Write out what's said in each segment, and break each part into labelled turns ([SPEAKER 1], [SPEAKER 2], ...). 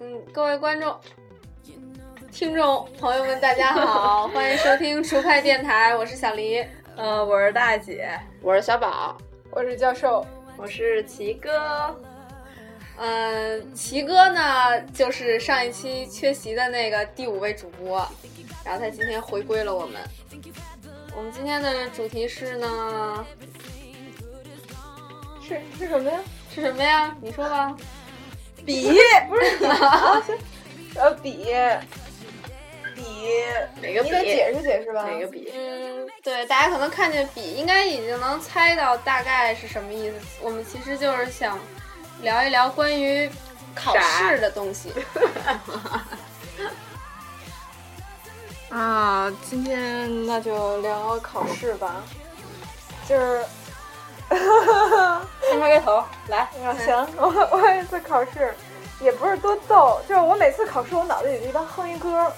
[SPEAKER 1] 嗯各位观众、听众朋友们，大家好，欢迎收听厨派电台，我是小黎，
[SPEAKER 2] 呃，我是大姐，
[SPEAKER 3] 我是小宝，
[SPEAKER 4] 我是教授，
[SPEAKER 2] 我是奇哥。
[SPEAKER 1] 嗯、呃，奇哥呢，就是上一期缺席的那个第五位主播，然后他今天回归了我们。我们今天的主题是呢，
[SPEAKER 4] 是是什么呀？
[SPEAKER 1] 是什么呀？你说吧。
[SPEAKER 2] 笔
[SPEAKER 4] 不是，啊行呃，笔笔
[SPEAKER 2] 哪个
[SPEAKER 4] 你
[SPEAKER 2] 笔？
[SPEAKER 4] 得解释解释吧。
[SPEAKER 2] 哪个笔？
[SPEAKER 1] 嗯，对，大家可能看见笔，应该已经能猜到大概是什么意思。我们其实就是想聊一聊关于考试的东 西。
[SPEAKER 4] 啊，今天那就聊考试吧，就是
[SPEAKER 2] 先开个头，来，
[SPEAKER 4] 啊，行， 我我有一次考试，也不是多逗，就是我每次考试，我脑子里就一般哼一歌，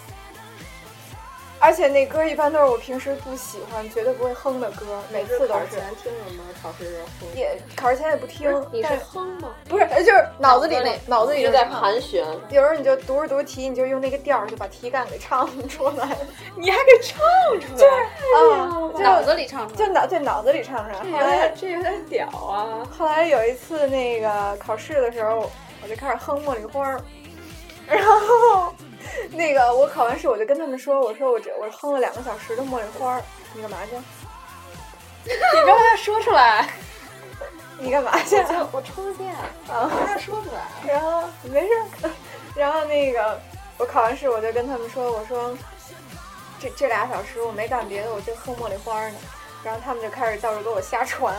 [SPEAKER 4] 而且那歌一般都是我平时不喜欢、绝对不会哼的歌，每次都
[SPEAKER 2] 考试
[SPEAKER 4] 是。
[SPEAKER 2] 前听什么？考试时候
[SPEAKER 4] 也考试前也不听，
[SPEAKER 1] 你是
[SPEAKER 4] 但
[SPEAKER 1] 哼吗？
[SPEAKER 4] 不是呃就是脑子里
[SPEAKER 1] 脑子里
[SPEAKER 4] 脑子里
[SPEAKER 3] 一直
[SPEAKER 4] 就
[SPEAKER 3] 在
[SPEAKER 4] 唱
[SPEAKER 3] 盘旋，
[SPEAKER 4] 有时候你就读着读着题，你就用那个调儿就把题干给唱出来了，
[SPEAKER 2] 你还给唱出来？
[SPEAKER 4] 啊，
[SPEAKER 1] 哎脑
[SPEAKER 4] 就
[SPEAKER 1] 子里唱出来
[SPEAKER 4] 就。脑就脑子里唱出来。后
[SPEAKER 2] 有
[SPEAKER 4] 来
[SPEAKER 2] 点，这有点屌 啊！
[SPEAKER 4] 后来有一次那个考试的时候，我就开始哼茉莉花儿，然后那个我考完试我就跟他们说，我说我这我哼了两个小时的茉莉花儿，你干嘛去？
[SPEAKER 2] 你让他说出来，
[SPEAKER 4] 你干嘛去？
[SPEAKER 2] 我抽电，
[SPEAKER 4] 啊。
[SPEAKER 2] 让他说出来。
[SPEAKER 4] 然后没事儿， 然后那个我考完试我就跟他们说，我说这这俩小时我没干别的，我就哼茉莉花呢。然后他们就开始到处给我瞎传，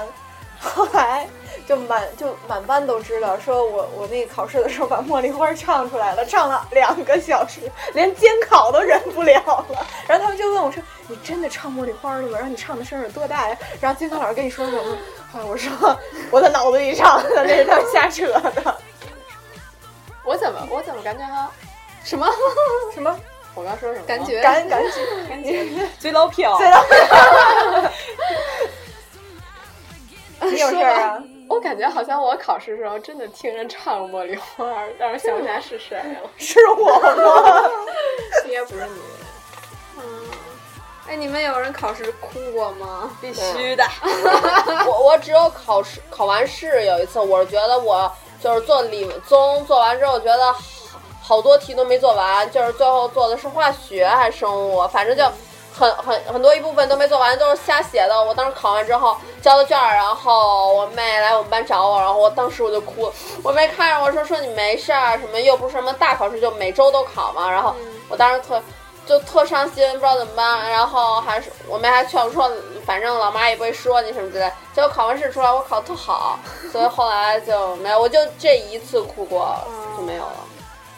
[SPEAKER 4] 后来就满就满班都知道，说我我那个考试的时候把茉莉花唱出来了，唱了两个小时，连监考都忍不了了。然后他们就问我说：“你真的唱茉莉花了吗？然哎后你唱的声儿有多大呀？”然后监考老师跟你说什么？哎，我说我在脑子里唱的，那是他们瞎扯的。
[SPEAKER 2] 我怎么我怎么感觉哈？
[SPEAKER 1] 什么？
[SPEAKER 4] 什么？
[SPEAKER 2] 我刚说什么？
[SPEAKER 1] 感觉
[SPEAKER 4] 赶赶紧，
[SPEAKER 2] 感觉嘴老瓢。
[SPEAKER 4] 对了，你有事儿啊？
[SPEAKER 2] 我感觉好像我考试时候真的听人唱茉莉花儿，但是想不起来是谁了，
[SPEAKER 4] 是我吗？
[SPEAKER 2] 应该不是你，
[SPEAKER 1] 嗯，哎，你们有人考试哭过吗？
[SPEAKER 2] 必
[SPEAKER 3] 须
[SPEAKER 2] 的。
[SPEAKER 3] 我我只有考试考完试有一次，我是觉得我就是做理综做完之后，觉得好好多题都没做完，就是最后做的是化学还是生物，啊反正就很很很多一部分都没做完，都是瞎写的。我当时考完之后交的卷儿，然后我妹来我们班找我，然后我当时我就哭， 我妹看着我说说你没事儿，什么又不是什么大考试，就每周都考嘛。然后我当时特。就特伤心，不知道怎么办。然后还是我们还劝我说，反正老妈也不会说你什么之类。结果考完试出来，我考特好，所以后来就没有，我就这一次哭过就没有了。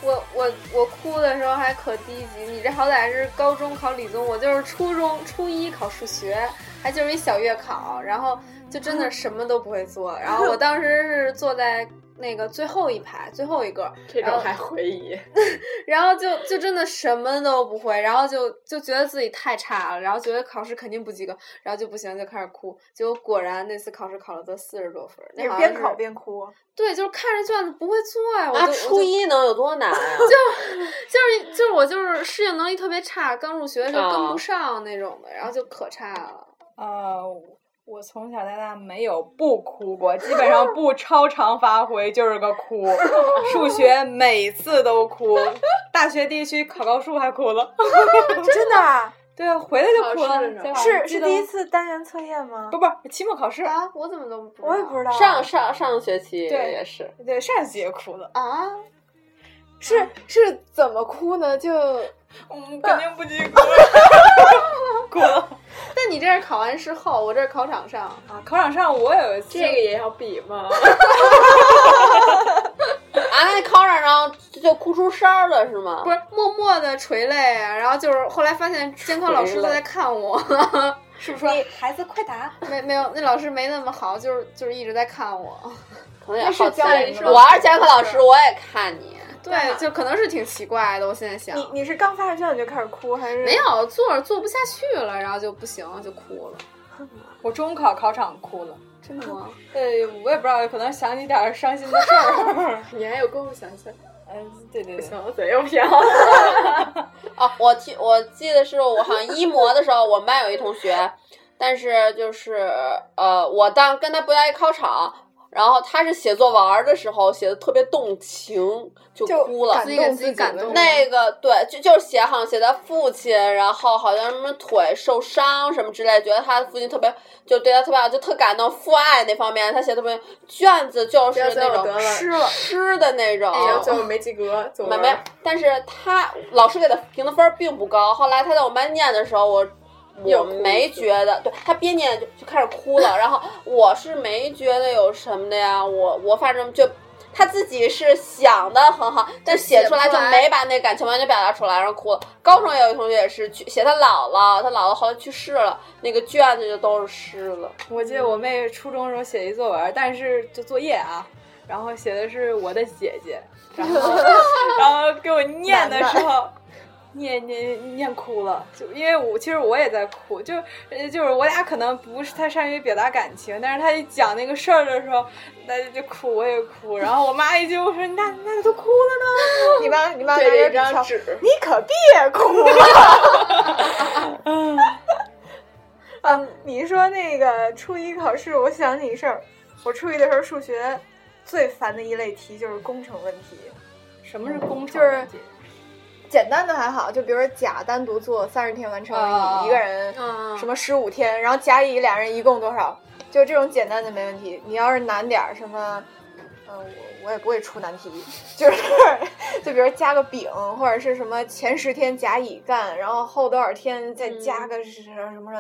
[SPEAKER 1] 我我我哭的时候还可低级，你这好歹是高中考理综，我就是初中初一考数学，还就是一小月考，然后就真的什么都不会做。然后我当时是坐在那个最后一排最后一个，
[SPEAKER 2] 这种还回忆，
[SPEAKER 1] 然后就就真的什么都不会，然后就就觉得自己太差了，然后觉得考试肯定不及格，然后就不行就开始哭，结果果然那次考试考了得四十多分儿， 那
[SPEAKER 4] 你是
[SPEAKER 1] 好像
[SPEAKER 4] 边
[SPEAKER 1] 是
[SPEAKER 4] 考边哭，
[SPEAKER 1] 对，就是看着卷子不会做呀、我就、
[SPEAKER 3] 啊，
[SPEAKER 1] 我
[SPEAKER 3] 初
[SPEAKER 1] 就
[SPEAKER 3] 一能有多难 啊？
[SPEAKER 1] 就是就是我就是适应能力特别差，刚入学的时候跟
[SPEAKER 3] 啊
[SPEAKER 1] 不上那种的，然后就可差了。
[SPEAKER 5] 呃，我从小到大没有不哭过，基本上不超常发挥就是个哭。
[SPEAKER 4] 啊
[SPEAKER 5] 数学每次都哭，大学地区考高数还哭了。
[SPEAKER 4] 真的啊？
[SPEAKER 5] 对啊，回来就哭
[SPEAKER 2] 考试呢
[SPEAKER 5] 了。
[SPEAKER 4] 是是第一
[SPEAKER 5] 次，
[SPEAKER 4] 次单元测验吗
[SPEAKER 5] 不？不是期末考试。
[SPEAKER 1] 啊，我怎么都不知道
[SPEAKER 4] 我也不知道，啊
[SPEAKER 3] 上上上学期
[SPEAKER 5] 对
[SPEAKER 3] 也是，嗯
[SPEAKER 5] 对，上学期也哭了。
[SPEAKER 1] 啊，
[SPEAKER 4] 是是怎么哭呢？就
[SPEAKER 5] 嗯，肯定不及格。哭了
[SPEAKER 1] 那你这是考完试后，我这是考场上，
[SPEAKER 5] 啊！考场上我有一次，
[SPEAKER 2] 这个也要比吗？
[SPEAKER 3] 啊，那考场上就就哭出声儿了是吗
[SPEAKER 1] 不？是默默的垂泪，然后就是后来发现监考老师
[SPEAKER 3] 垂
[SPEAKER 1] 都
[SPEAKER 3] 泪
[SPEAKER 1] 在看我，
[SPEAKER 5] 是不是说孩子快答？
[SPEAKER 1] 没没有那老师没那么好，就是就是一直在看我，
[SPEAKER 3] 可能也好奇
[SPEAKER 4] 那是教你什。么
[SPEAKER 3] 我要是监考老师，我也看你。
[SPEAKER 1] 对，
[SPEAKER 3] 啊
[SPEAKER 1] 就可能是挺奇怪的，我现在想
[SPEAKER 4] 你。你是刚发现卷你就开始哭，还是
[SPEAKER 1] 没？有坐着坐不下去了，然后就不行就哭了，
[SPEAKER 5] 我中考考场哭了。
[SPEAKER 1] 真的吗？
[SPEAKER 5] 呃，我也不知道，可能想起点儿伤心的事儿。
[SPEAKER 2] 你还有功夫想象？
[SPEAKER 5] 嗯，对对对，
[SPEAKER 2] 行，嘴又瓢。
[SPEAKER 3] 啊，我记我记得是我好像一模的时候，我们班有一同学，但是就是呃，我当跟他不在一考场，然后他是写作文儿的时候写的特别动情，就
[SPEAKER 4] 就
[SPEAKER 3] 哭了
[SPEAKER 4] 感。
[SPEAKER 1] 自己给
[SPEAKER 4] 动
[SPEAKER 1] 自己感
[SPEAKER 4] 的
[SPEAKER 1] 动
[SPEAKER 4] 那
[SPEAKER 3] 那个对，就就是写好像写他父亲，然后好像什么腿受伤什么之类，觉得他的父亲特别就对他特别好，就特感动父爱那方面，他写得特别卷子就是
[SPEAKER 2] 不要
[SPEAKER 3] 那
[SPEAKER 2] 最后得
[SPEAKER 3] 种
[SPEAKER 2] 了
[SPEAKER 3] 湿湿的那种，
[SPEAKER 5] 哎
[SPEAKER 2] 然后最后没及格，作
[SPEAKER 3] 没
[SPEAKER 2] 文
[SPEAKER 3] 没，但是他老师给他评的分儿并不高。后来他在我们班念的时候，我
[SPEAKER 2] 又
[SPEAKER 3] 我
[SPEAKER 2] 哭了
[SPEAKER 3] 没觉得，对他边念就就开始哭 了。然后我是没觉得有什么的呀，我我反正就他自己是想的很好，但写出来就没把那感情完全表达出来，然后哭了。高中也有一同学也是去写他姥姥，他姥姥后来去世了，那个卷子就都是湿了。
[SPEAKER 5] 我记得我妹初中的时候写一作文，但是就作业啊，然后写的是我的姐姐，然后 然后给我念的时候。念念念哭了，就因为我其实我也在哭，就呃就是我俩可能不是太善于表达感情，但是他一讲那个事儿的时候，那就哭，我也哭。然后我妈一句我说那那都哭了
[SPEAKER 4] 你妈你妈拿
[SPEAKER 2] 对着
[SPEAKER 4] 着
[SPEAKER 2] 一
[SPEAKER 4] 笔
[SPEAKER 2] 张
[SPEAKER 4] 条
[SPEAKER 2] 纸，
[SPEAKER 4] 你可别哭了。啊，你说那个初一考试，我想起一事儿。我初一的时候，数学最烦的一类题就是工程问题。
[SPEAKER 5] 呢，什么是工程
[SPEAKER 4] 就是
[SPEAKER 5] 姐
[SPEAKER 4] 简单的还好，就比如说甲单独做三十天完成，
[SPEAKER 5] 啊
[SPEAKER 4] 乙一个人
[SPEAKER 1] 嗯
[SPEAKER 4] 什么十五天，然后甲乙俩人一共多少？就这种简单的没问题。你要是难点儿什么，嗯、我我也不会出难题， 就是就比如加个丙或者是什么前十天甲乙干，然后后多少天再加个什么什么什么，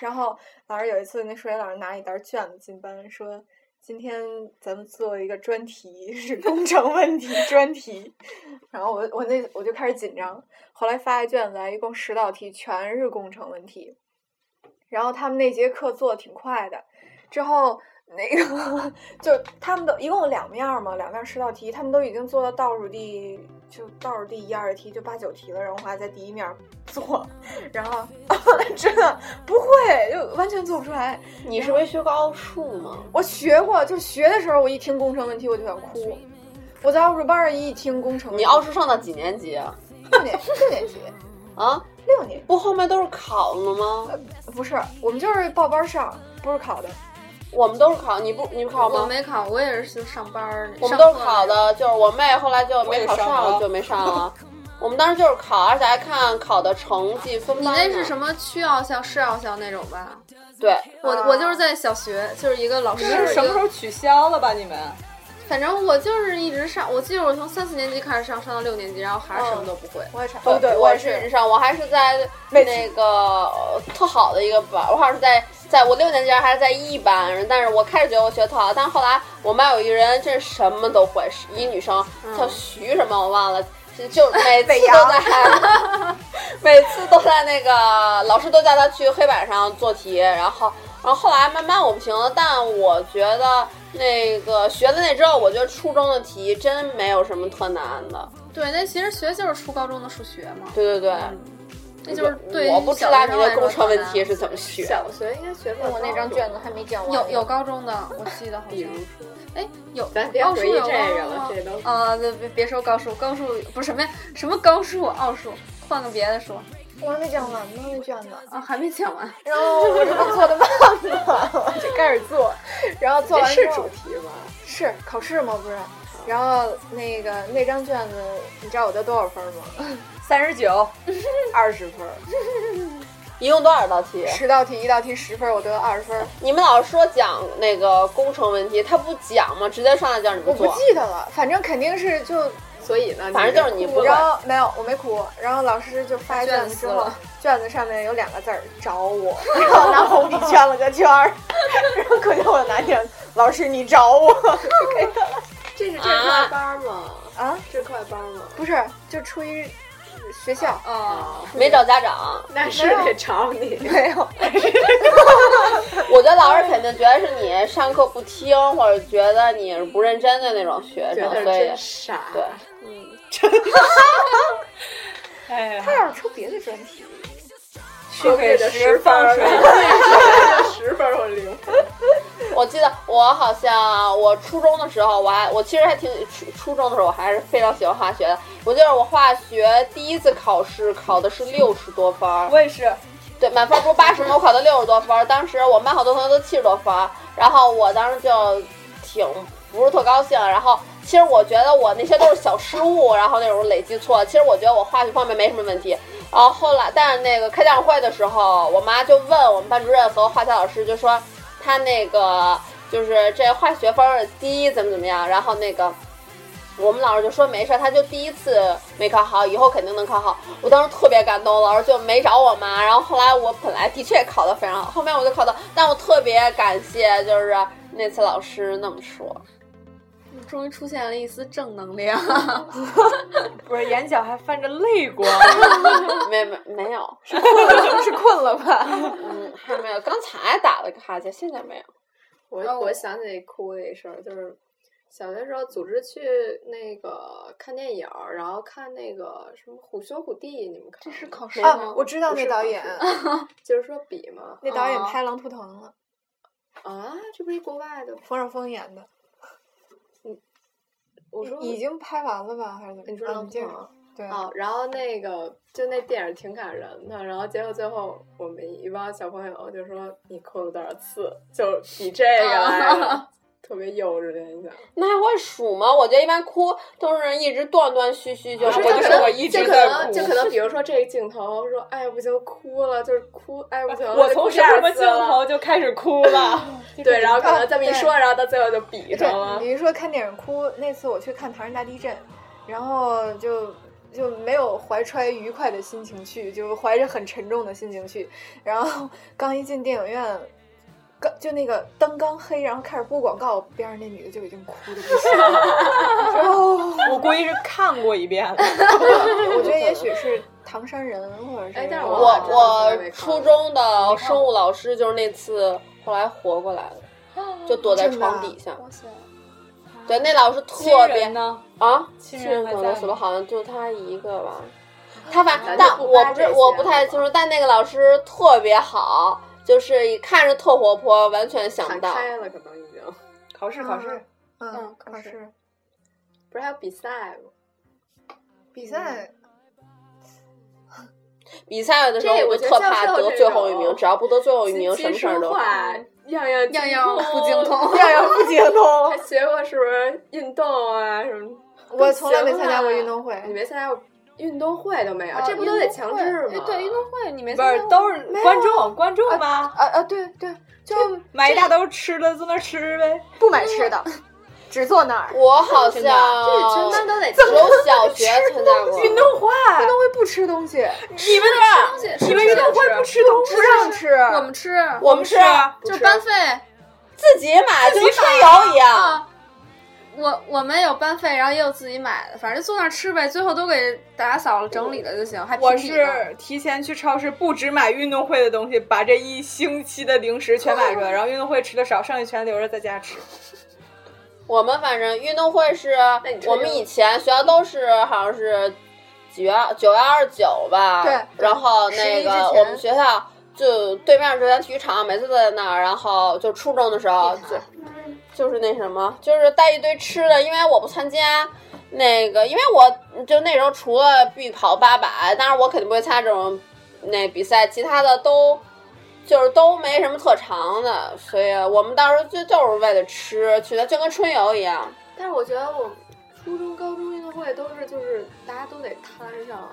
[SPEAKER 4] 然后老师有一次那数学老师拿一沓卷子进班说。今天咱们做一个专题，是工程问题专题。然后我我那我就开始紧张，后来发下卷子来，一共十道题，全是工程问题。然后他们那节课做的挺快的，之后那个 就他们都一共有两面儿嘛，两面儿十道题，他们都已经做到倒数第就倒数第一二题就八九题了，然后我还在第一面儿做，然后 真的不会，就完全做不出来。
[SPEAKER 3] 你是没学过奥数吗？
[SPEAKER 4] 我学过，就学的时候我一听工程问题我就想哭，我在奥数班儿一听工程问
[SPEAKER 3] 你
[SPEAKER 4] 题，
[SPEAKER 3] 奥数上到几年级啊？
[SPEAKER 4] 六年六年级
[SPEAKER 3] 啊，
[SPEAKER 4] 六年级。
[SPEAKER 3] 不后面都是考的吗？
[SPEAKER 4] 不是，我们就是报班上，不是考的。
[SPEAKER 3] 我们都是考，你不你不考吗？
[SPEAKER 1] 我没考，我也是上班儿呢。
[SPEAKER 3] 我们都
[SPEAKER 1] 上
[SPEAKER 3] 是
[SPEAKER 1] 课
[SPEAKER 3] 考的，就是我妹后来就没考
[SPEAKER 5] 我也上
[SPEAKER 3] 上，
[SPEAKER 5] 了
[SPEAKER 3] 就没上了。我们当时就是考，而且还看考的成绩分
[SPEAKER 1] 你
[SPEAKER 3] 班呢。
[SPEAKER 1] 那是什么区奥校、市奥校那种吧？
[SPEAKER 3] 对，
[SPEAKER 1] 我我就是在小学，就是一个老师
[SPEAKER 5] 你，们是什么时候取消了吧？你们
[SPEAKER 1] 反正我就是一直上，我记得我从三四年级开始上，上到六年级，然后还是什么都不会。
[SPEAKER 4] 我也差
[SPEAKER 3] 对
[SPEAKER 4] 哦，对，
[SPEAKER 3] 我
[SPEAKER 4] 也
[SPEAKER 3] 是一直上，我还是在那个呃特好的一个班，我好像是在在我六年级还是在一班，但是我开始觉得我学得特好，但是后来我们班有一人真是什么都会，是一女生叫徐什么我忘了。就就每次都在， 每次都在那个老师都叫她去黑板上做题，然后然后后来慢慢我不行了，但我觉得那个学的那之后，我觉得初中的题真没有什么特难的，
[SPEAKER 1] 对，那其实学就是初高中的数学嘛，
[SPEAKER 3] 对对对。
[SPEAKER 1] 那就是对于
[SPEAKER 3] 我不知
[SPEAKER 1] 小
[SPEAKER 3] 道
[SPEAKER 1] 学
[SPEAKER 3] 你
[SPEAKER 1] 生来
[SPEAKER 3] 的
[SPEAKER 1] 说
[SPEAKER 3] 工程问题
[SPEAKER 1] 挺难
[SPEAKER 3] 是怎么学。
[SPEAKER 2] 小学应该学不了。
[SPEAKER 4] 我那张卷子还没讲完。
[SPEAKER 1] 有有，高中的，我记得好
[SPEAKER 3] 比如
[SPEAKER 1] 像，
[SPEAKER 3] 说，
[SPEAKER 1] 哎，有
[SPEAKER 2] 咱别
[SPEAKER 1] 奥数
[SPEAKER 2] 回忆
[SPEAKER 1] 有
[SPEAKER 2] 这个了
[SPEAKER 1] 吗，
[SPEAKER 2] 这都
[SPEAKER 1] 啊，别别别说高数，高数不是什么呀，什么高数、奥数，换个别的
[SPEAKER 2] 啊
[SPEAKER 1] 说
[SPEAKER 4] 我还没讲完呢，那卷子。
[SPEAKER 1] 啊，还没讲完。
[SPEAKER 4] 然后我这不做的慢嘛，我 就开始做，然后做
[SPEAKER 2] 这
[SPEAKER 4] 完之
[SPEAKER 2] 是
[SPEAKER 4] 后
[SPEAKER 2] 主题吗？
[SPEAKER 4] 是考试吗？不是。然后那个那张卷子，你知道我得多少分吗？
[SPEAKER 5] 三十九、二十分，
[SPEAKER 3] 一共多少道题？
[SPEAKER 4] 十道题，一道题十分，我得二十分，
[SPEAKER 3] 你们老师说讲那个工程问题，他不讲吗？直接上来叫你
[SPEAKER 4] 我
[SPEAKER 3] 们
[SPEAKER 4] 不
[SPEAKER 3] 做。
[SPEAKER 4] 记得了，反正肯定是就
[SPEAKER 2] 所以呢，
[SPEAKER 3] 反正就是你不
[SPEAKER 4] 然后没有，我没哭。然后老师就发卷子之
[SPEAKER 1] 把
[SPEAKER 4] 后
[SPEAKER 1] 卷撕，
[SPEAKER 4] 卷子上面有两个字儿“找 我”，然后拿红笔圈了个圈 儿，然后可见我拿卷子，老师你找我
[SPEAKER 2] 这是这是快班吗？
[SPEAKER 4] 啊？
[SPEAKER 2] 这是快班吗？
[SPEAKER 4] 不是，就出于学校
[SPEAKER 1] 哦，
[SPEAKER 3] 没找家长，
[SPEAKER 2] 那是得找你。
[SPEAKER 4] 没有，
[SPEAKER 3] 我觉得老师肯定觉得是你上课不听，或者觉得你是不认真的那种学
[SPEAKER 2] 觉
[SPEAKER 3] 生，
[SPEAKER 2] 得
[SPEAKER 3] 所以
[SPEAKER 2] 真傻。
[SPEAKER 3] 对，
[SPEAKER 5] 哎呀，
[SPEAKER 4] 要是出别的专题，
[SPEAKER 5] 去给
[SPEAKER 2] 的
[SPEAKER 5] 十
[SPEAKER 2] 分
[SPEAKER 5] 放
[SPEAKER 2] 儿，
[SPEAKER 5] 水。
[SPEAKER 2] 十分儿或零分。
[SPEAKER 3] 我记得我好像我初中的时候，我还我其实还挺初初初中的时候，我还是非常喜欢化学的。我记得我化学第一次考试考的是六十多分儿，
[SPEAKER 4] 我也是，
[SPEAKER 3] 对，满分不是八十吗？我考的六十多分儿，当时我们班好多同学都七十多分儿，然后我当时就挺不是特高兴。然后其实我觉得我那些都是小失误，然后那种累积错。其实我觉得我化学方面没什么问题。然后后来，但是那个开家长会的时候，我妈就问我们班主任和化学老师，就说他那个就是这化学分儿低怎么怎么样，然后那个。我们老师就说没事儿，他就第一次没考好，以后肯定能考好。我当时特别感动，老师就没找我妈。然后后来我本来的确考得非常好，后面我就考到，但我特别感谢就是那次老师那么说。
[SPEAKER 1] 嗯终于出现了一丝正能量。
[SPEAKER 5] 我眼角还泛着泪 光，
[SPEAKER 3] 没没没有，
[SPEAKER 5] 是困了 吧？
[SPEAKER 3] 嗯，还没有。刚才打了个哈欠，现在没有。
[SPEAKER 2] 我
[SPEAKER 1] 哦
[SPEAKER 2] 我想起哭的一事儿，就是小学时候组织去那个看电影儿，然后看那个什么《虎兄虎弟》，你们看？这是考试
[SPEAKER 4] 啊，我知道那导演，
[SPEAKER 2] 嗯就是说比嘛。
[SPEAKER 4] 那导演
[SPEAKER 1] 哦
[SPEAKER 4] 拍《狼图腾》了，
[SPEAKER 2] 啊，这不是一国外的吗？
[SPEAKER 4] 冯绍峰演的，
[SPEAKER 2] 哦我说
[SPEAKER 4] 已经拍完了吧？还是怎么？
[SPEAKER 2] 你说
[SPEAKER 4] 啊
[SPEAKER 2] 狼
[SPEAKER 4] 接着
[SPEAKER 2] 图腾
[SPEAKER 4] 说对，
[SPEAKER 2] 啊，然后那个就那电影挺感人的，然后结果最后我们一帮小朋友就说你扣了多少次，就比这个来的，特别幼稚的印象。
[SPEAKER 3] 那还会数吗？我觉得一般哭都是一直断断续续，就
[SPEAKER 2] 不
[SPEAKER 3] 是
[SPEAKER 2] 是
[SPEAKER 5] 我就
[SPEAKER 2] 就可
[SPEAKER 5] 是
[SPEAKER 2] 能
[SPEAKER 5] 我一
[SPEAKER 2] 就
[SPEAKER 5] 直
[SPEAKER 2] 啊可
[SPEAKER 5] 在
[SPEAKER 2] 能
[SPEAKER 5] 哭
[SPEAKER 2] 就可能，比如说这个镜头说哎不行哭了，就是哭哎不行了，
[SPEAKER 5] 我
[SPEAKER 2] 就哭
[SPEAKER 5] 从
[SPEAKER 2] 第
[SPEAKER 5] 什
[SPEAKER 2] 二
[SPEAKER 5] 么
[SPEAKER 2] 次
[SPEAKER 5] 镜
[SPEAKER 2] 了
[SPEAKER 5] 头就开始哭 了？
[SPEAKER 2] 对，然后可能这么一
[SPEAKER 4] 对
[SPEAKER 2] 说，然后到最后就比
[SPEAKER 4] 对
[SPEAKER 2] 上，了
[SPEAKER 4] 你。一说看电影哭，那次我去看《唐山大地震》，然后就就没有怀揣愉快的心情去，就怀着很沉重的心情去。然后刚一进电影院，刚就那个灯刚黑，然后开始播广告，边上那女的就已经哭的不行了。 然后
[SPEAKER 5] 我估计是看过一遍了。
[SPEAKER 4] 我觉得也许是唐山人，或者是
[SPEAKER 2] 哎但是
[SPEAKER 3] 我
[SPEAKER 2] 我真的从来
[SPEAKER 3] 我
[SPEAKER 2] 没看过
[SPEAKER 3] 初中的生物老师就是那次后来活过来了，
[SPEAKER 1] 哦
[SPEAKER 3] 就躲在
[SPEAKER 4] 真的啊
[SPEAKER 3] 床底下。
[SPEAKER 1] 哇塞，
[SPEAKER 3] 对，那老师
[SPEAKER 5] 亲
[SPEAKER 3] 特别
[SPEAKER 5] 人呢？
[SPEAKER 3] 啊，
[SPEAKER 5] 亲
[SPEAKER 3] 人
[SPEAKER 5] 人还
[SPEAKER 3] 可
[SPEAKER 5] 在
[SPEAKER 3] 能死了，
[SPEAKER 5] 吗
[SPEAKER 3] 好像就他一个吧。他反正，
[SPEAKER 2] 咱就
[SPEAKER 3] 但
[SPEAKER 2] 不
[SPEAKER 3] 我
[SPEAKER 2] 扒
[SPEAKER 3] 不
[SPEAKER 2] 这
[SPEAKER 3] 是
[SPEAKER 2] 些
[SPEAKER 3] 我不太
[SPEAKER 2] 了
[SPEAKER 3] 清楚，但那个老师特别好，就是一看着特活泼，完全想
[SPEAKER 2] 喊
[SPEAKER 3] 不到。
[SPEAKER 2] 开了可能已经，
[SPEAKER 5] 考试考试，
[SPEAKER 4] 嗯，
[SPEAKER 1] 嗯
[SPEAKER 4] 考试
[SPEAKER 2] 不是还有比赛吗？
[SPEAKER 4] 比赛，
[SPEAKER 3] 比赛的时候
[SPEAKER 2] 这
[SPEAKER 3] 我
[SPEAKER 2] 我
[SPEAKER 3] 就
[SPEAKER 2] 觉得
[SPEAKER 3] 特
[SPEAKER 2] 像
[SPEAKER 3] 怕
[SPEAKER 2] 这种
[SPEAKER 3] 得最后一名，
[SPEAKER 2] 种
[SPEAKER 3] 只要不得最后一名，什
[SPEAKER 2] 金
[SPEAKER 3] 么事儿
[SPEAKER 2] 书
[SPEAKER 3] 都好。
[SPEAKER 2] 画样样
[SPEAKER 1] 样样不精通。
[SPEAKER 4] 样样不精通
[SPEAKER 2] 嗯还。 学过是不是运动啊什么？
[SPEAKER 4] 我从来没参加过
[SPEAKER 2] 行啊
[SPEAKER 4] 运动会，
[SPEAKER 2] 你没参加过运动会都
[SPEAKER 1] 啊
[SPEAKER 2] 没有，这不都得强制吗？
[SPEAKER 1] 哎对，运动会你没
[SPEAKER 5] 不是都是观众观众吗？
[SPEAKER 4] 啊啊，对对，就
[SPEAKER 5] 买一大兜吃的，坐那儿吃呗。
[SPEAKER 4] 不买吃 的，只坐那儿。
[SPEAKER 3] 我好像
[SPEAKER 5] 真的
[SPEAKER 2] 哦全班都得
[SPEAKER 3] 只有小学参加过
[SPEAKER 5] 运动会，
[SPEAKER 4] 运动会不吃东西，
[SPEAKER 5] 你们那
[SPEAKER 1] 西
[SPEAKER 5] 你们运动会不吃东西
[SPEAKER 4] 不？让吃。啊
[SPEAKER 1] 我们吃，
[SPEAKER 3] 我们是
[SPEAKER 5] 啊，
[SPEAKER 1] 就是班费
[SPEAKER 3] 自己买，就跟春游一样。
[SPEAKER 1] 啊。我我们有班费，然后也有自己买的，反正就坐那儿吃呗，最后都给打扫了、整理了就行。还
[SPEAKER 5] 我
[SPEAKER 1] 平底呢
[SPEAKER 5] 是提前去超市，不只买运动会的东西，把这一星期的零食全买出
[SPEAKER 4] 哦
[SPEAKER 5] 来，然后运动会吃的少，剩下全留着在家吃。
[SPEAKER 3] 我们反正运动会是
[SPEAKER 2] 那你，这
[SPEAKER 3] 我们以前学校都是好像是几月九月二十九吧，
[SPEAKER 4] 对
[SPEAKER 3] 然后那
[SPEAKER 1] 11
[SPEAKER 3] 个
[SPEAKER 1] 之前
[SPEAKER 3] 我们学校就对面这咱体育场，每次都在那儿，然后就初中的时候就就是那什么，就是带一堆吃的，因为我不参加。那个，因为我就那时候除了必跑八百，当然我肯定不会参加这种那比赛，其他的都就是都没什么特长的，所以我们到时候就就是为了吃去的，就跟春游一样。
[SPEAKER 2] 但是我觉得我初中、高中运动会都是就是大家都得摊上，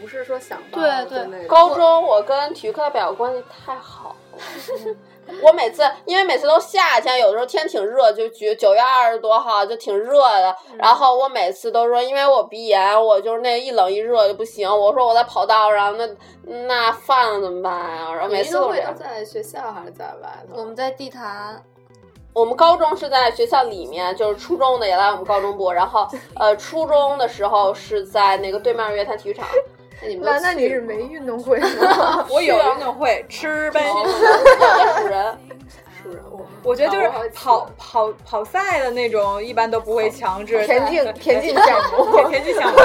[SPEAKER 2] 不是说想报
[SPEAKER 1] 对
[SPEAKER 2] 就
[SPEAKER 1] 对
[SPEAKER 2] 那种
[SPEAKER 3] 高中我跟体育课代表关系太好了， 我每次因为每次都夏天，有的时候天挺热，就九九月二十多号就挺热的。然后我每次都说，因为我鼻炎，我就是那一冷一热就不行。我说我在跑道上，那那犯了怎么办呀？然后
[SPEAKER 2] 你
[SPEAKER 3] 每
[SPEAKER 2] 运
[SPEAKER 3] 次
[SPEAKER 2] 动
[SPEAKER 3] 都
[SPEAKER 2] 会
[SPEAKER 3] 这
[SPEAKER 2] 都
[SPEAKER 3] 样。
[SPEAKER 2] 在学校还是在外头？
[SPEAKER 1] 我们在地坛，
[SPEAKER 3] 我们高中是哎在学校里面，就是初中的也来我们高中部，然后呃初中的时候是在那个对面乐坛体育场。
[SPEAKER 2] 那你们
[SPEAKER 4] 那
[SPEAKER 2] 都
[SPEAKER 4] 那你
[SPEAKER 2] 去
[SPEAKER 4] 是
[SPEAKER 2] 吗
[SPEAKER 4] 没运动会 吗？
[SPEAKER 5] 我有运动会吃呗。
[SPEAKER 3] 有人，
[SPEAKER 2] 是啊我
[SPEAKER 5] 我觉得就
[SPEAKER 2] 跑过好
[SPEAKER 5] 是
[SPEAKER 2] 几次
[SPEAKER 5] 跑跑跑赛的那种，一般都不会强制
[SPEAKER 4] 哦田径田径项目
[SPEAKER 5] 田田径项目。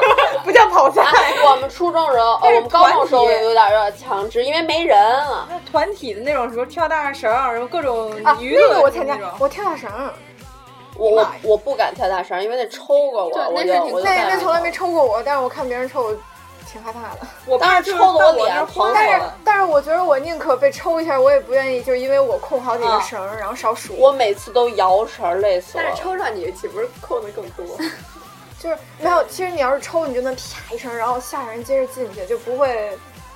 [SPEAKER 4] 不叫跑
[SPEAKER 3] 啊
[SPEAKER 4] 赛，
[SPEAKER 3] 我们初中的时候，哦，我们高中的时候有点有点强制，因为没人啊
[SPEAKER 5] 哎
[SPEAKER 3] 了。
[SPEAKER 5] 团体的那种什么跳大绳儿，什么各种
[SPEAKER 4] 啊，
[SPEAKER 5] 娱乐
[SPEAKER 4] 那个我
[SPEAKER 5] 的
[SPEAKER 4] 参
[SPEAKER 5] 那
[SPEAKER 4] 加
[SPEAKER 5] 种，。
[SPEAKER 4] 我跳大绳儿，
[SPEAKER 3] 我我我不敢跳大绳，因为那抽过我，
[SPEAKER 1] 对
[SPEAKER 3] 我
[SPEAKER 1] 那是
[SPEAKER 3] 就
[SPEAKER 1] 挺
[SPEAKER 3] 我就
[SPEAKER 1] 那
[SPEAKER 3] 再
[SPEAKER 4] 那
[SPEAKER 3] 也
[SPEAKER 4] 那从来
[SPEAKER 3] 不
[SPEAKER 4] 没抽过我，但是我看别人抽，我挺害怕的。
[SPEAKER 5] 我
[SPEAKER 3] 当
[SPEAKER 5] 爸
[SPEAKER 3] 时
[SPEAKER 5] 就是
[SPEAKER 3] 抽得
[SPEAKER 5] 到
[SPEAKER 3] 我脸
[SPEAKER 5] 那儿
[SPEAKER 3] 疼
[SPEAKER 5] 晃我
[SPEAKER 3] 死
[SPEAKER 4] 但是
[SPEAKER 5] 了，
[SPEAKER 4] 但是我觉得我宁可被抽一下，我也不愿意就因为我控好几个
[SPEAKER 3] 啊
[SPEAKER 4] 绳儿，然后少数。
[SPEAKER 3] 我每次都摇绳，累死我
[SPEAKER 2] 但是
[SPEAKER 3] 了。
[SPEAKER 2] 抽上你岂不是扣的更多？
[SPEAKER 4] 就是没有，其实你要是抽，你就能啪一声，然后吓人接着进去，就不会，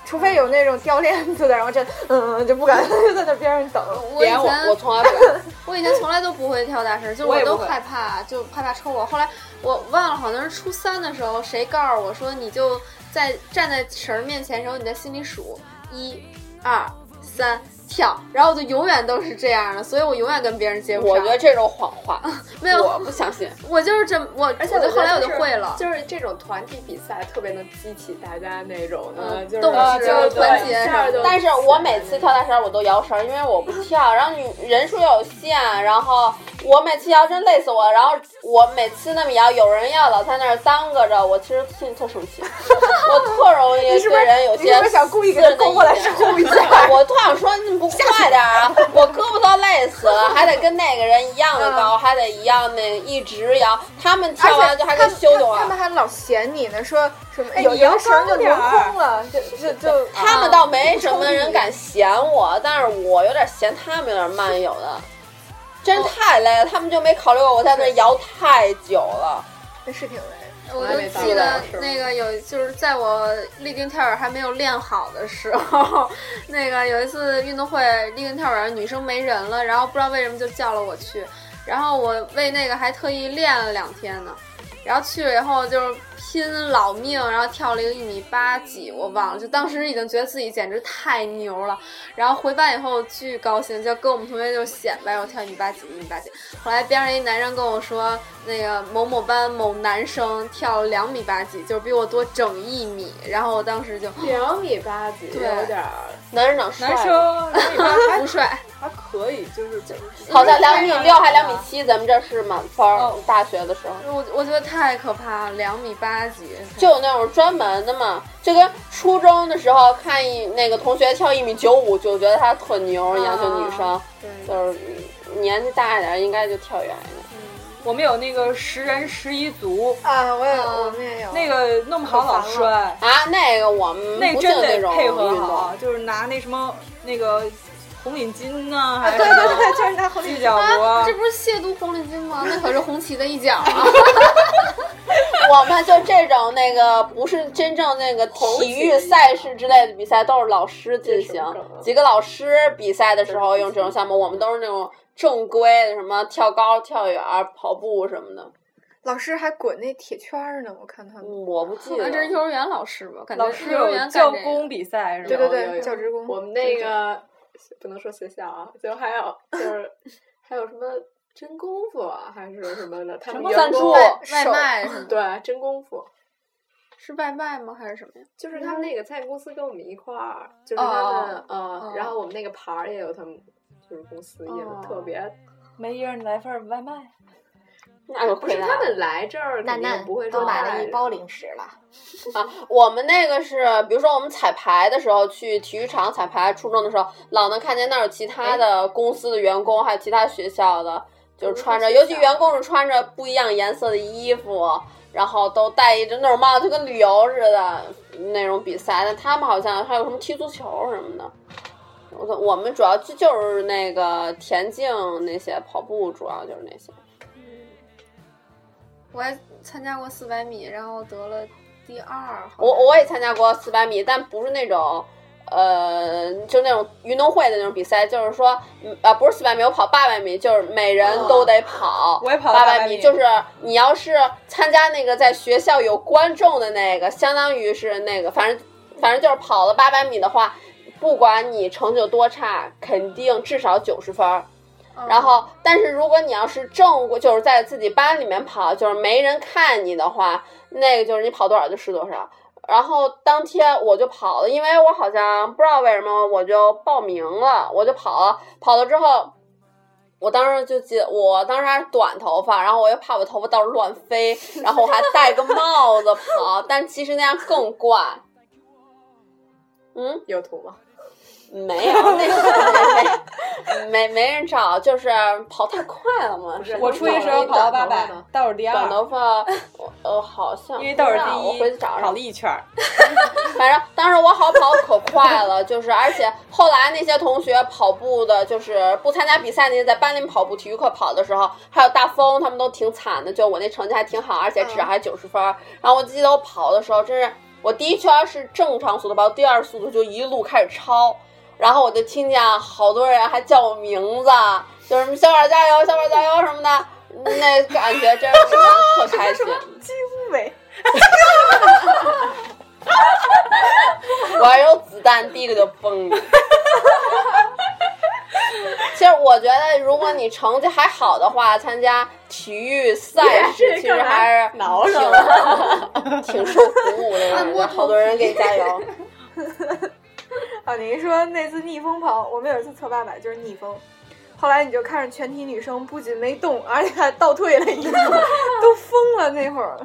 [SPEAKER 4] 除非有那种掉链子的，然后这嗯就不敢就在那边上等。
[SPEAKER 1] 我以
[SPEAKER 3] 连我
[SPEAKER 1] 前
[SPEAKER 3] 我从来不敢，
[SPEAKER 1] 我以前从来都不会跳大绳，就是
[SPEAKER 5] 我也
[SPEAKER 1] 都
[SPEAKER 5] 不会
[SPEAKER 1] 害怕，就害怕抽我。后来我忘了，好像是初三的时候，谁告诉我说，你就在站在绳儿面前的时候，你在心里数一、二、三。跳，然后我就永远都是这样的，所以我永远跟别人接 不上。
[SPEAKER 3] 我觉得这种谎话，
[SPEAKER 1] 没有，
[SPEAKER 3] 我
[SPEAKER 1] 我
[SPEAKER 3] 不相信。
[SPEAKER 1] 就是这么，我
[SPEAKER 2] 而且
[SPEAKER 1] 我就
[SPEAKER 2] 我
[SPEAKER 1] 后
[SPEAKER 2] 觉得
[SPEAKER 1] 来我就是会了。
[SPEAKER 2] 就是这种团体比赛特别能激起大家那种的，
[SPEAKER 1] 嗯
[SPEAKER 2] 就是啊
[SPEAKER 1] 斗
[SPEAKER 5] 志
[SPEAKER 2] 就是
[SPEAKER 1] 团结
[SPEAKER 2] 一下就
[SPEAKER 3] 但是我每次跳大绳我都摇绳，因为我不跳，然后你人数有限，然后我每次摇真累死我，然后我每次那么摇，有人要老在那儿耽搁着，我其实心里特生 气，我特容易对人有
[SPEAKER 4] 你是
[SPEAKER 3] 些
[SPEAKER 4] 不是想故意给他
[SPEAKER 3] 私人的
[SPEAKER 4] 勾过来
[SPEAKER 3] 意见
[SPEAKER 4] 抽一下？
[SPEAKER 3] 我特想说，你不快点儿 啊！我胳膊都累死了，还得跟那个人一样的高，还得一样那一直摇。他们
[SPEAKER 4] 嗯而
[SPEAKER 3] 跳完了
[SPEAKER 2] 啊
[SPEAKER 4] 且
[SPEAKER 3] 就还
[SPEAKER 4] 他
[SPEAKER 3] 跟啊
[SPEAKER 4] 们
[SPEAKER 3] 羞的
[SPEAKER 4] 他他
[SPEAKER 3] 我
[SPEAKER 4] 们。还老嫌你呢，说什么哎，
[SPEAKER 5] 哎
[SPEAKER 4] 有
[SPEAKER 5] 你摇
[SPEAKER 4] 摇绳儿就
[SPEAKER 5] 高点
[SPEAKER 4] 挪
[SPEAKER 5] 儿
[SPEAKER 4] 空了，就就啊就
[SPEAKER 3] 他们倒没什么人敢嫌我，但是我有点嫌他们有点慢，有的真太累了。他们就没考虑过我在那摇太久了。
[SPEAKER 4] 那是挺累。
[SPEAKER 1] 我
[SPEAKER 2] 我还
[SPEAKER 1] 就
[SPEAKER 2] 没当
[SPEAKER 1] 记
[SPEAKER 2] 过
[SPEAKER 1] 得
[SPEAKER 2] 老师
[SPEAKER 1] 那个有，就是在我立定跳远还没有练好的时候， 那个有一次运动会立定跳远，女生没人了，然后不知道为什么就叫了我去，然后我为那个还特意练了两天呢。然后去了以后就是拼老命，然后跳了一个一米八几，我忘了，就当时已经觉得自己简直太牛了。然后回班以后巨高兴，就跟我们同学就显摆我跳一米八几，一米八几。后来边上一男生跟我说，那个某某班某男生跳两米八几，就是比我多整一米。然后我当时就
[SPEAKER 2] 两米八几，有
[SPEAKER 1] 对
[SPEAKER 2] 点儿
[SPEAKER 3] 男人长帅
[SPEAKER 5] 男，生两米八
[SPEAKER 1] 不帅，
[SPEAKER 5] 还还可以，就是
[SPEAKER 3] 好像两米六还两米七，咱们这是满分儿。
[SPEAKER 5] 哦
[SPEAKER 3] 大学的时候。
[SPEAKER 1] 我我觉得太可怕了，两米八几。
[SPEAKER 3] 就有那种专门的嘛，就跟初中的时候看一那个同学跳一米九五，就觉得他特牛一样，
[SPEAKER 1] 啊
[SPEAKER 3] 就女生，
[SPEAKER 1] 对，
[SPEAKER 3] 就是年纪大一点应该就跳远一点。
[SPEAKER 5] 我们有那个十人十一组，
[SPEAKER 4] 啊，我也
[SPEAKER 1] 嗯
[SPEAKER 4] 我们也有
[SPEAKER 5] 那个弄不好老
[SPEAKER 4] 可烦
[SPEAKER 5] 摔，
[SPEAKER 3] 啊，那个我们
[SPEAKER 5] 那
[SPEAKER 3] 不
[SPEAKER 5] 真
[SPEAKER 3] 进那
[SPEAKER 5] 得
[SPEAKER 3] 种
[SPEAKER 5] 配合
[SPEAKER 3] 运
[SPEAKER 5] 好
[SPEAKER 3] 动，，
[SPEAKER 5] 就是拿那什么那个红领巾呐，还
[SPEAKER 4] 啊，
[SPEAKER 5] 是
[SPEAKER 4] 对对对对，就是拿红领
[SPEAKER 5] 犄
[SPEAKER 4] 巾。
[SPEAKER 5] 角
[SPEAKER 1] 啊，
[SPEAKER 5] 膜
[SPEAKER 1] 这。不是亵渎红领巾吗？那可是红旗的一角 啊！
[SPEAKER 3] 我们就这种那个不是真正那个体育赛事之类的比赛，都是老师进
[SPEAKER 2] 这
[SPEAKER 3] 行
[SPEAKER 2] 什么梗啊，
[SPEAKER 3] 几个老师比赛的时候用这种项目，我们都是那种正规的，什么跳高、跳远、跑步什么的。
[SPEAKER 4] 老师还滚那铁圈儿呢，我看他们。
[SPEAKER 3] 嗯我不记
[SPEAKER 1] 可
[SPEAKER 3] 得，
[SPEAKER 1] 能这是幼儿园老师吧？感觉
[SPEAKER 5] 老师
[SPEAKER 1] 幼儿
[SPEAKER 5] 有
[SPEAKER 1] 园
[SPEAKER 5] 教
[SPEAKER 1] 干这个
[SPEAKER 5] 工比赛是吧？
[SPEAKER 4] 对对
[SPEAKER 2] 有
[SPEAKER 4] 对，
[SPEAKER 2] 有
[SPEAKER 4] 教职工。
[SPEAKER 2] 我们那个不能说学校啊，就还有就是 还有什么真功夫啊，还是什么的，他
[SPEAKER 3] 什
[SPEAKER 2] 们
[SPEAKER 3] 么
[SPEAKER 2] 员
[SPEAKER 3] 赞助
[SPEAKER 2] 工
[SPEAKER 3] 外
[SPEAKER 1] 外卖是吗
[SPEAKER 2] 对真功夫，
[SPEAKER 1] 是外卖吗？还是什么呀？
[SPEAKER 2] 就是他们那个餐饮公司跟我们一块儿，就是他们呃，然后我们那个牌儿也有他们。就是公司印的
[SPEAKER 1] 哦
[SPEAKER 2] 特别，
[SPEAKER 5] 没一人来份外卖，
[SPEAKER 3] 那就
[SPEAKER 2] 不
[SPEAKER 3] 亏
[SPEAKER 2] 是
[SPEAKER 3] 了。
[SPEAKER 2] 他们来这儿肯定不会说带着
[SPEAKER 4] 零食了。
[SPEAKER 3] 啊，我们那个是，比如说我们彩排的时候，去体育场彩排，初中的时候，老能看见那儿有其他的公司的员工，还有其他学校的，就是穿着，尤其员工是穿着不一样颜色的衣服，然后都戴一只那种帽子，就跟旅游似的那种比赛。但他们好像还有什么踢足球什么的。我操我们主要就就是那个田径那些，跑步主要就是那些。
[SPEAKER 1] 我还参加过四百米，然后得了第二。好
[SPEAKER 3] 我
[SPEAKER 1] 像
[SPEAKER 3] 我也参加过四百米，但不是那种，呃，就那种运动会的那种比赛，就是说，嗯啊，不是四百米，我跑八百米，就是每人都得跑
[SPEAKER 5] 啊我也跑了
[SPEAKER 3] 八
[SPEAKER 5] 800
[SPEAKER 3] 米，
[SPEAKER 5] 米
[SPEAKER 3] 就是你要是参加那个在学校有观众的那个，相当于是那个，反正反正就是跑了八百米的话，不管你成绩有多差，肯定至少九十分儿。
[SPEAKER 1] 嗯
[SPEAKER 3] 然后，但是如果你要是正规，就是在自己班里面跑，就是没人看你的话，那个就是你跑多少就是多少。然后当天我就跑了，因为我好像不知道为什么我就报名了，我就跑了。跑了之后，我当时就记得，我当时还是短头发，然后我又怕我头发到时候乱飞，然后我还戴个帽子跑，但其实那样更怪。嗯，
[SPEAKER 2] 有图吗？
[SPEAKER 3] 没有，那个没没没人照，就是跑太快了嘛。是
[SPEAKER 5] 我初一时候跑到八百，倒数第
[SPEAKER 3] 短
[SPEAKER 5] 二，
[SPEAKER 3] 头发，我呃好像
[SPEAKER 5] 因为倒数
[SPEAKER 3] 不知道我
[SPEAKER 5] 第
[SPEAKER 3] 回
[SPEAKER 5] 一
[SPEAKER 3] 去找
[SPEAKER 5] 跑
[SPEAKER 3] 找
[SPEAKER 5] 了。一圈儿。
[SPEAKER 3] 反正当时我好跑可快了，就是而且后来那些同学跑步的，就是不参加比赛那些在班里跑步体育课跑的时候，还有大风他们都挺惨的，就我那成绩还挺好，而且
[SPEAKER 5] 嗯
[SPEAKER 3] 只还九十分儿。然后我记得我跑的时候，真是我第一圈是正常速度跑，第二速度就一路开始超，然后我就听见啊好多人还叫我名字，就是什么小宝加油，小宝加油什么的。那感觉真是特开心，
[SPEAKER 4] 美，
[SPEAKER 3] 我要有子弹，第一个就崩你。其实我觉得，如果你成绩还好的话，参加体育赛 事其实还是
[SPEAKER 2] 挠
[SPEAKER 3] 挺
[SPEAKER 2] 上了，
[SPEAKER 3] 挺受鼓舞的，感觉好多人给你加油。
[SPEAKER 4] 啊，你一说那次逆风跑，我们有一次测八百就是逆风，后来你就看着全体女生不仅没动，而且还倒退了一步， 都疯了那会儿，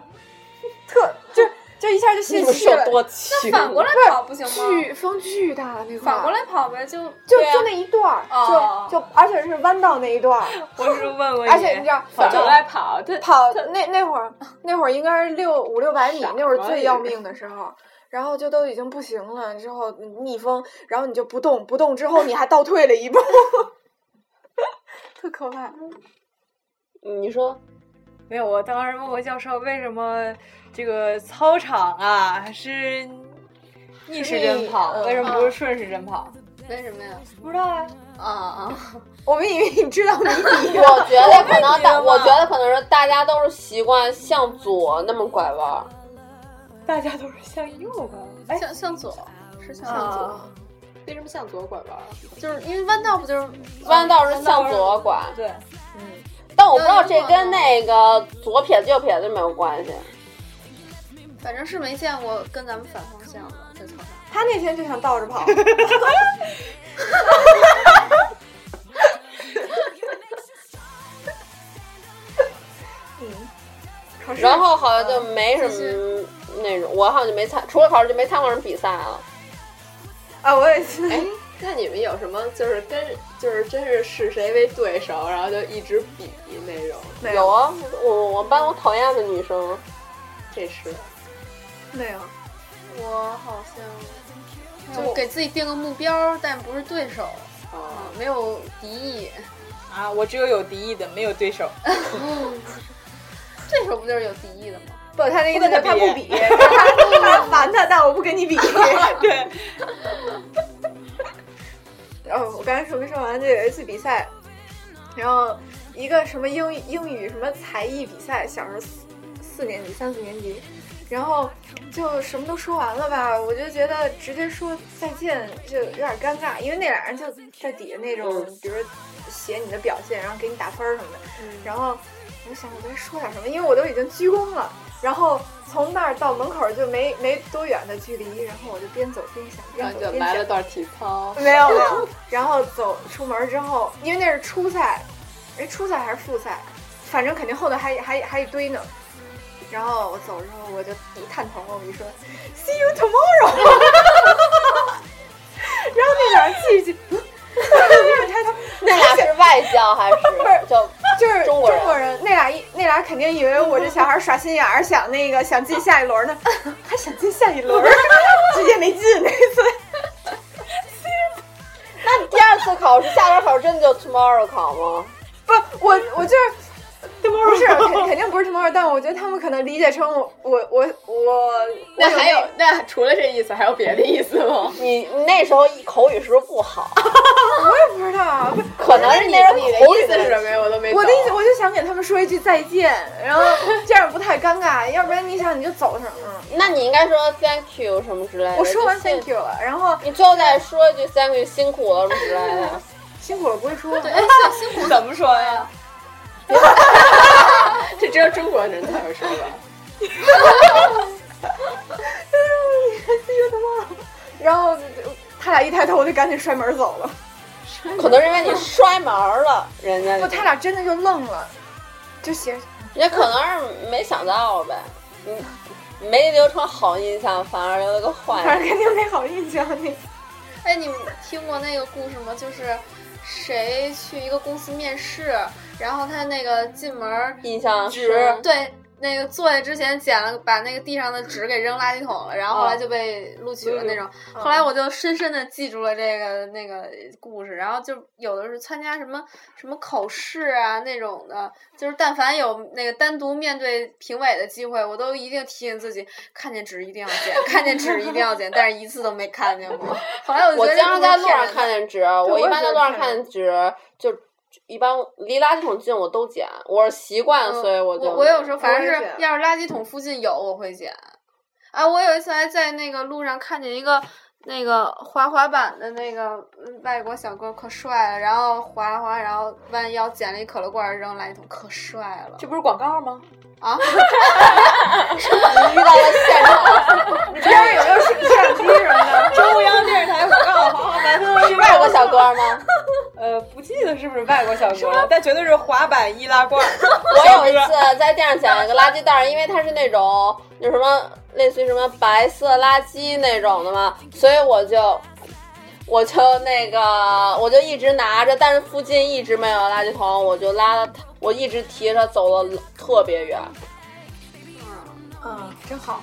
[SPEAKER 4] 特就就一下就
[SPEAKER 3] 你
[SPEAKER 4] 泄
[SPEAKER 3] 们
[SPEAKER 4] 气
[SPEAKER 3] 是有
[SPEAKER 4] 了。
[SPEAKER 3] 多气？
[SPEAKER 1] 反过来跑不行吗？
[SPEAKER 2] 巨风巨大那块儿，
[SPEAKER 1] 反过来跑呗，就
[SPEAKER 4] 就
[SPEAKER 3] 对啊
[SPEAKER 4] 就那一段儿，
[SPEAKER 1] 哦
[SPEAKER 4] 就就而且是弯道那一段 儿，
[SPEAKER 5] 我是问问
[SPEAKER 4] 而且你知道，
[SPEAKER 5] 反
[SPEAKER 4] 就
[SPEAKER 5] 过来跑，对，
[SPEAKER 4] 跑那那会儿，那会儿应该是六五六百米，那会儿最要命的时候。然后就都已经不行了，之后逆风，然后你就不动，不动之后你还倒退了 一步，特可怕。
[SPEAKER 3] 你说
[SPEAKER 5] 没有，我当时问过教授，为什么这个操场啊是逆时针跑，为什么不是顺时针跑？
[SPEAKER 1] 为什么呀？
[SPEAKER 5] 不知道啊，
[SPEAKER 1] 啊啊！
[SPEAKER 4] 我们以为你知道谜 底，
[SPEAKER 3] 我觉得可能大，
[SPEAKER 5] 我问你了吗
[SPEAKER 3] 我觉得可能是大家都是习惯向左那么拐弯儿，
[SPEAKER 5] 大家都是向右吧？哎，
[SPEAKER 1] 向向左是向左，
[SPEAKER 5] 啊，
[SPEAKER 2] 为什么向左拐弯？啊
[SPEAKER 1] 就是因为弯道不就是
[SPEAKER 3] 弯道是向左拐，
[SPEAKER 5] 对，
[SPEAKER 3] 但我不知道这跟那个左撇子右撇子没有关系。
[SPEAKER 1] 反正是没见过跟咱们反方向的在操场。
[SPEAKER 4] 他那天就想倒着跑，
[SPEAKER 3] 然后好像就没什么那种，我好像就没参，除了考试就没参加什么比赛了。
[SPEAKER 4] 啊，我也是。
[SPEAKER 2] 哎，那你们有什么就是跟就是真是视谁为对手，然后就一直比那种？
[SPEAKER 4] 没
[SPEAKER 3] 有啊，我我们班我讨厌的女生，
[SPEAKER 2] 这是
[SPEAKER 4] 没有，
[SPEAKER 1] 我好像就给自己定个目标，但不是对手啊
[SPEAKER 2] 啊，，
[SPEAKER 1] 没有敌意。
[SPEAKER 5] 啊，我只有有敌意的，没有对手。
[SPEAKER 1] 对手不就是有敌意的吗？
[SPEAKER 4] 不，他那意思
[SPEAKER 5] 不跟
[SPEAKER 4] 是
[SPEAKER 5] 他
[SPEAKER 4] 他
[SPEAKER 5] 比
[SPEAKER 4] 不比，他他烦他，但我不跟你比。
[SPEAKER 5] 对，
[SPEAKER 4] 然哦后我刚才说没说完，就有一次比赛，然后一个什么英语英语什么才艺比赛，小时候四四年级三四年级，然后就什么都说完了吧，我就觉得直接说再见就有点尴尬，因为那俩人就在底下那种，
[SPEAKER 2] 嗯
[SPEAKER 4] 比如说写你的表现，然后给你打分儿什么的，然后我想我再说点什么，因为我都已经鞠躬了，然后。从那儿到门口就没没多远的距离，然后我就边走边想，边
[SPEAKER 2] 然后
[SPEAKER 4] 走
[SPEAKER 2] 就
[SPEAKER 4] 边想，
[SPEAKER 2] 来了段体操，
[SPEAKER 4] 没有没有。然后走出门之后，因为那是初赛，哎，初赛还是复赛，反正肯定后头还还还一堆呢。然后我走之后，我就一探头，我一说 “See you tomorrow”，然后那俩人继续， 嗯那俩抬头，
[SPEAKER 3] 那俩是外教还是就
[SPEAKER 4] 就是
[SPEAKER 3] 中
[SPEAKER 4] 中
[SPEAKER 3] 国
[SPEAKER 4] 国
[SPEAKER 3] 人
[SPEAKER 4] 人，那俩一那俩肯定以为我这小孩耍心眼儿，想那个想进下一轮呢，还想进下一轮，直接没进那次。
[SPEAKER 3] 那你第二次考试，下边考试真的就 tomorrow 考吗？
[SPEAKER 4] 不，我我就是不是肯肯定不是 tomorrow，但我觉得他们可能理解成我我我我
[SPEAKER 2] 那还有那除了这意思还有别的意思吗？
[SPEAKER 3] 你你那时候口语是不是不好？
[SPEAKER 4] 我也不知道啊，不
[SPEAKER 3] 可能是
[SPEAKER 2] 你
[SPEAKER 3] 那时候
[SPEAKER 2] 你的
[SPEAKER 3] 口语
[SPEAKER 2] 意思是什么呀？我都没懂。
[SPEAKER 4] 我的意思我就想给他们说一句再见，然后这样不太尴尬，要不然你想你就走上，嗯，
[SPEAKER 3] 那你应该说 thank you 什么之类的。
[SPEAKER 4] 我说完
[SPEAKER 3] 就辛
[SPEAKER 4] thank you 了，然后
[SPEAKER 3] 你最后再说一句 thank you 辛苦了什么之类的。
[SPEAKER 4] 辛苦了不会说，
[SPEAKER 1] 对，哎，辛 辛苦
[SPEAKER 5] 怎么说
[SPEAKER 1] 啊
[SPEAKER 5] 呀？
[SPEAKER 2] 这只有中国人才会说吧？
[SPEAKER 4] 然后他俩一抬头我就赶紧摔门走了，
[SPEAKER 3] 可能是因为你摔门儿了，人家
[SPEAKER 4] 不，他俩真的就愣了，就写
[SPEAKER 3] 也可能是没想到呗，嗯，没留成好印象，反而留了个
[SPEAKER 4] 反
[SPEAKER 3] 坏印象。
[SPEAKER 4] 啊正肯定没好印象那次。
[SPEAKER 1] 哎，你听过那个故事吗？就是谁去一个公司面试，然后他那个进门儿
[SPEAKER 3] 印象
[SPEAKER 1] 纸
[SPEAKER 3] 是
[SPEAKER 1] 对。那个坐下之前捡了，把那个地上的纸给扔垃圾桶了，然后后来
[SPEAKER 3] 嗯
[SPEAKER 1] 就被录取了那种。后来我就深深的记住了这个那个故事，然后就有的是参加什么什么口试啊那种的，就是但凡有那个单独面对评委的机会，我都一定提醒自己，看见纸一定要捡，看见纸一定要捡，但是一次都没看见 过。后来我就
[SPEAKER 3] 我
[SPEAKER 1] 觉得
[SPEAKER 3] 经常
[SPEAKER 1] 这
[SPEAKER 3] 在
[SPEAKER 1] 故
[SPEAKER 3] 路
[SPEAKER 1] 事骗
[SPEAKER 3] 上
[SPEAKER 1] 人
[SPEAKER 3] 看
[SPEAKER 1] 的，
[SPEAKER 3] 见纸，我一般在路上看见纸，就一般离垃圾桶近我都捡，我是习惯，
[SPEAKER 1] 嗯
[SPEAKER 3] 所以我
[SPEAKER 1] 我
[SPEAKER 3] 就
[SPEAKER 1] 我有时候反正
[SPEAKER 4] 我也
[SPEAKER 1] 是
[SPEAKER 4] 捡
[SPEAKER 1] 要是垃圾桶附近有我会捡。啊，我有一次还在那个路上看见一个那个滑滑板的那个嗯外国小哥，可帅了，然后滑滑，然后弯腰捡了一可乐罐儿扔垃圾桶，可帅了
[SPEAKER 5] 这不是广告吗？
[SPEAKER 1] 啊！
[SPEAKER 3] 遇到了现场，
[SPEAKER 4] 你边上有没有摄像机什么的？
[SPEAKER 5] 中央电视台广告，好好难
[SPEAKER 3] 是外国小哥吗？
[SPEAKER 5] 呃，不记得是不是外国小哥了，但绝对是滑板易拉罐儿。
[SPEAKER 3] 我有一次在地上捡了一个垃圾袋儿，因为它是那种有什么类似于什么白色垃圾那种的嘛，所以我就我就那个我就一直拿着，但是附近一直没有垃圾桶，我就拉了它，我一直提着走了特别远。
[SPEAKER 5] 嗯，真好。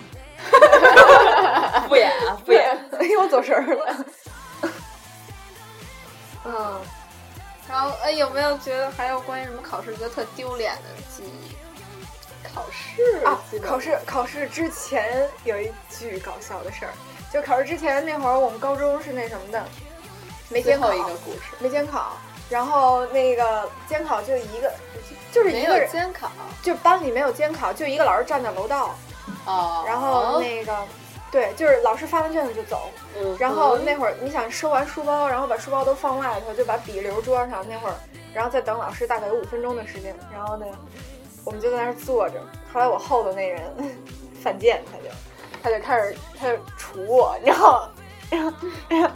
[SPEAKER 5] 敷衍啊，敷衍。
[SPEAKER 4] 哎呦，我走神儿了。嗯，
[SPEAKER 1] 然后哎，有没有觉得还有关于什么考试觉得特丢脸的记忆？考试
[SPEAKER 4] 啊，考试考试之前有一巨搞笑的事儿，就考试之前那会儿，我们高中是那什么的，没监考，
[SPEAKER 2] 故事，
[SPEAKER 4] 没监考，然后那个监考就一个，就是
[SPEAKER 1] 没
[SPEAKER 4] 一个
[SPEAKER 1] 有
[SPEAKER 4] 人，
[SPEAKER 1] 监考
[SPEAKER 4] 就班里没有监考，就一个老师站在楼道，
[SPEAKER 1] 哦
[SPEAKER 4] 然后那个，对，就是老师发完卷子就走，
[SPEAKER 3] 嗯，
[SPEAKER 4] 然后那会儿你想收完书包，然后把书包都放外头，就把笔留桌上。那会儿，然后再等老师大概有五分钟的时间。然后呢，我们就在那儿坐着。后来我后头那人 犯贱，他就他就开始他就杵我，你知道吗？ 然后然后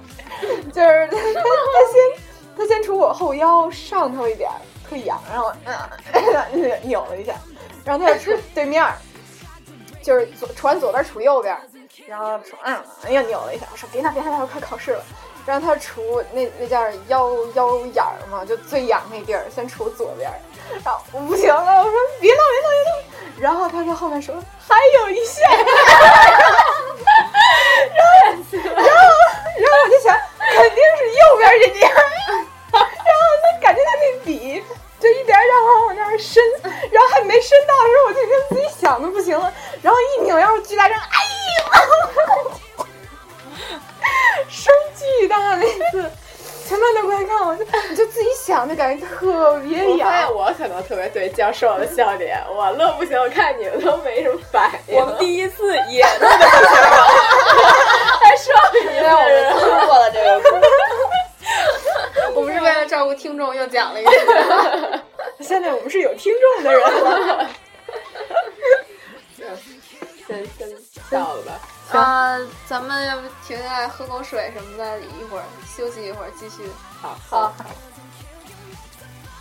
[SPEAKER 4] 就是 他先他先杵我后腰上头一点儿，特痒，然后我嗯扭了一下，然后他就杵对面儿，就是左杵完左边儿杵右边儿。然后说嗯，又扭了一下，我说别闹别闹，快考试了。然后他除那那叫腰腰眼儿嘛，就最痒那地儿，先除左边儿。然后我不行了，我说别闹别闹别闹。然后他在后面说还有一下。然后然后然后我就想肯定是右边这地儿。然后他感觉他那笔就一点儿点儿往我那儿伸，然后还没伸到的时候，我就已经自己想的不行了。然后一扭腰，巨大声，哎呀！声巨大那次，全班都过来看我，就你就自己想，就感觉特别
[SPEAKER 2] 我发
[SPEAKER 4] 痒
[SPEAKER 2] 现。我可能特别对教授的笑点，我乐不行，我看你们都没什么反应。
[SPEAKER 5] 我们第一次也
[SPEAKER 3] 因为我们听过了这个故事，
[SPEAKER 1] 我们是为了照顾听众又讲 了一遍。
[SPEAKER 4] 现在我们是有听众的人了，
[SPEAKER 2] 先先到了吧，
[SPEAKER 1] 啊，咱们要不停下来喝口水什么的，一会儿休息一会儿继续。
[SPEAKER 2] 好好好，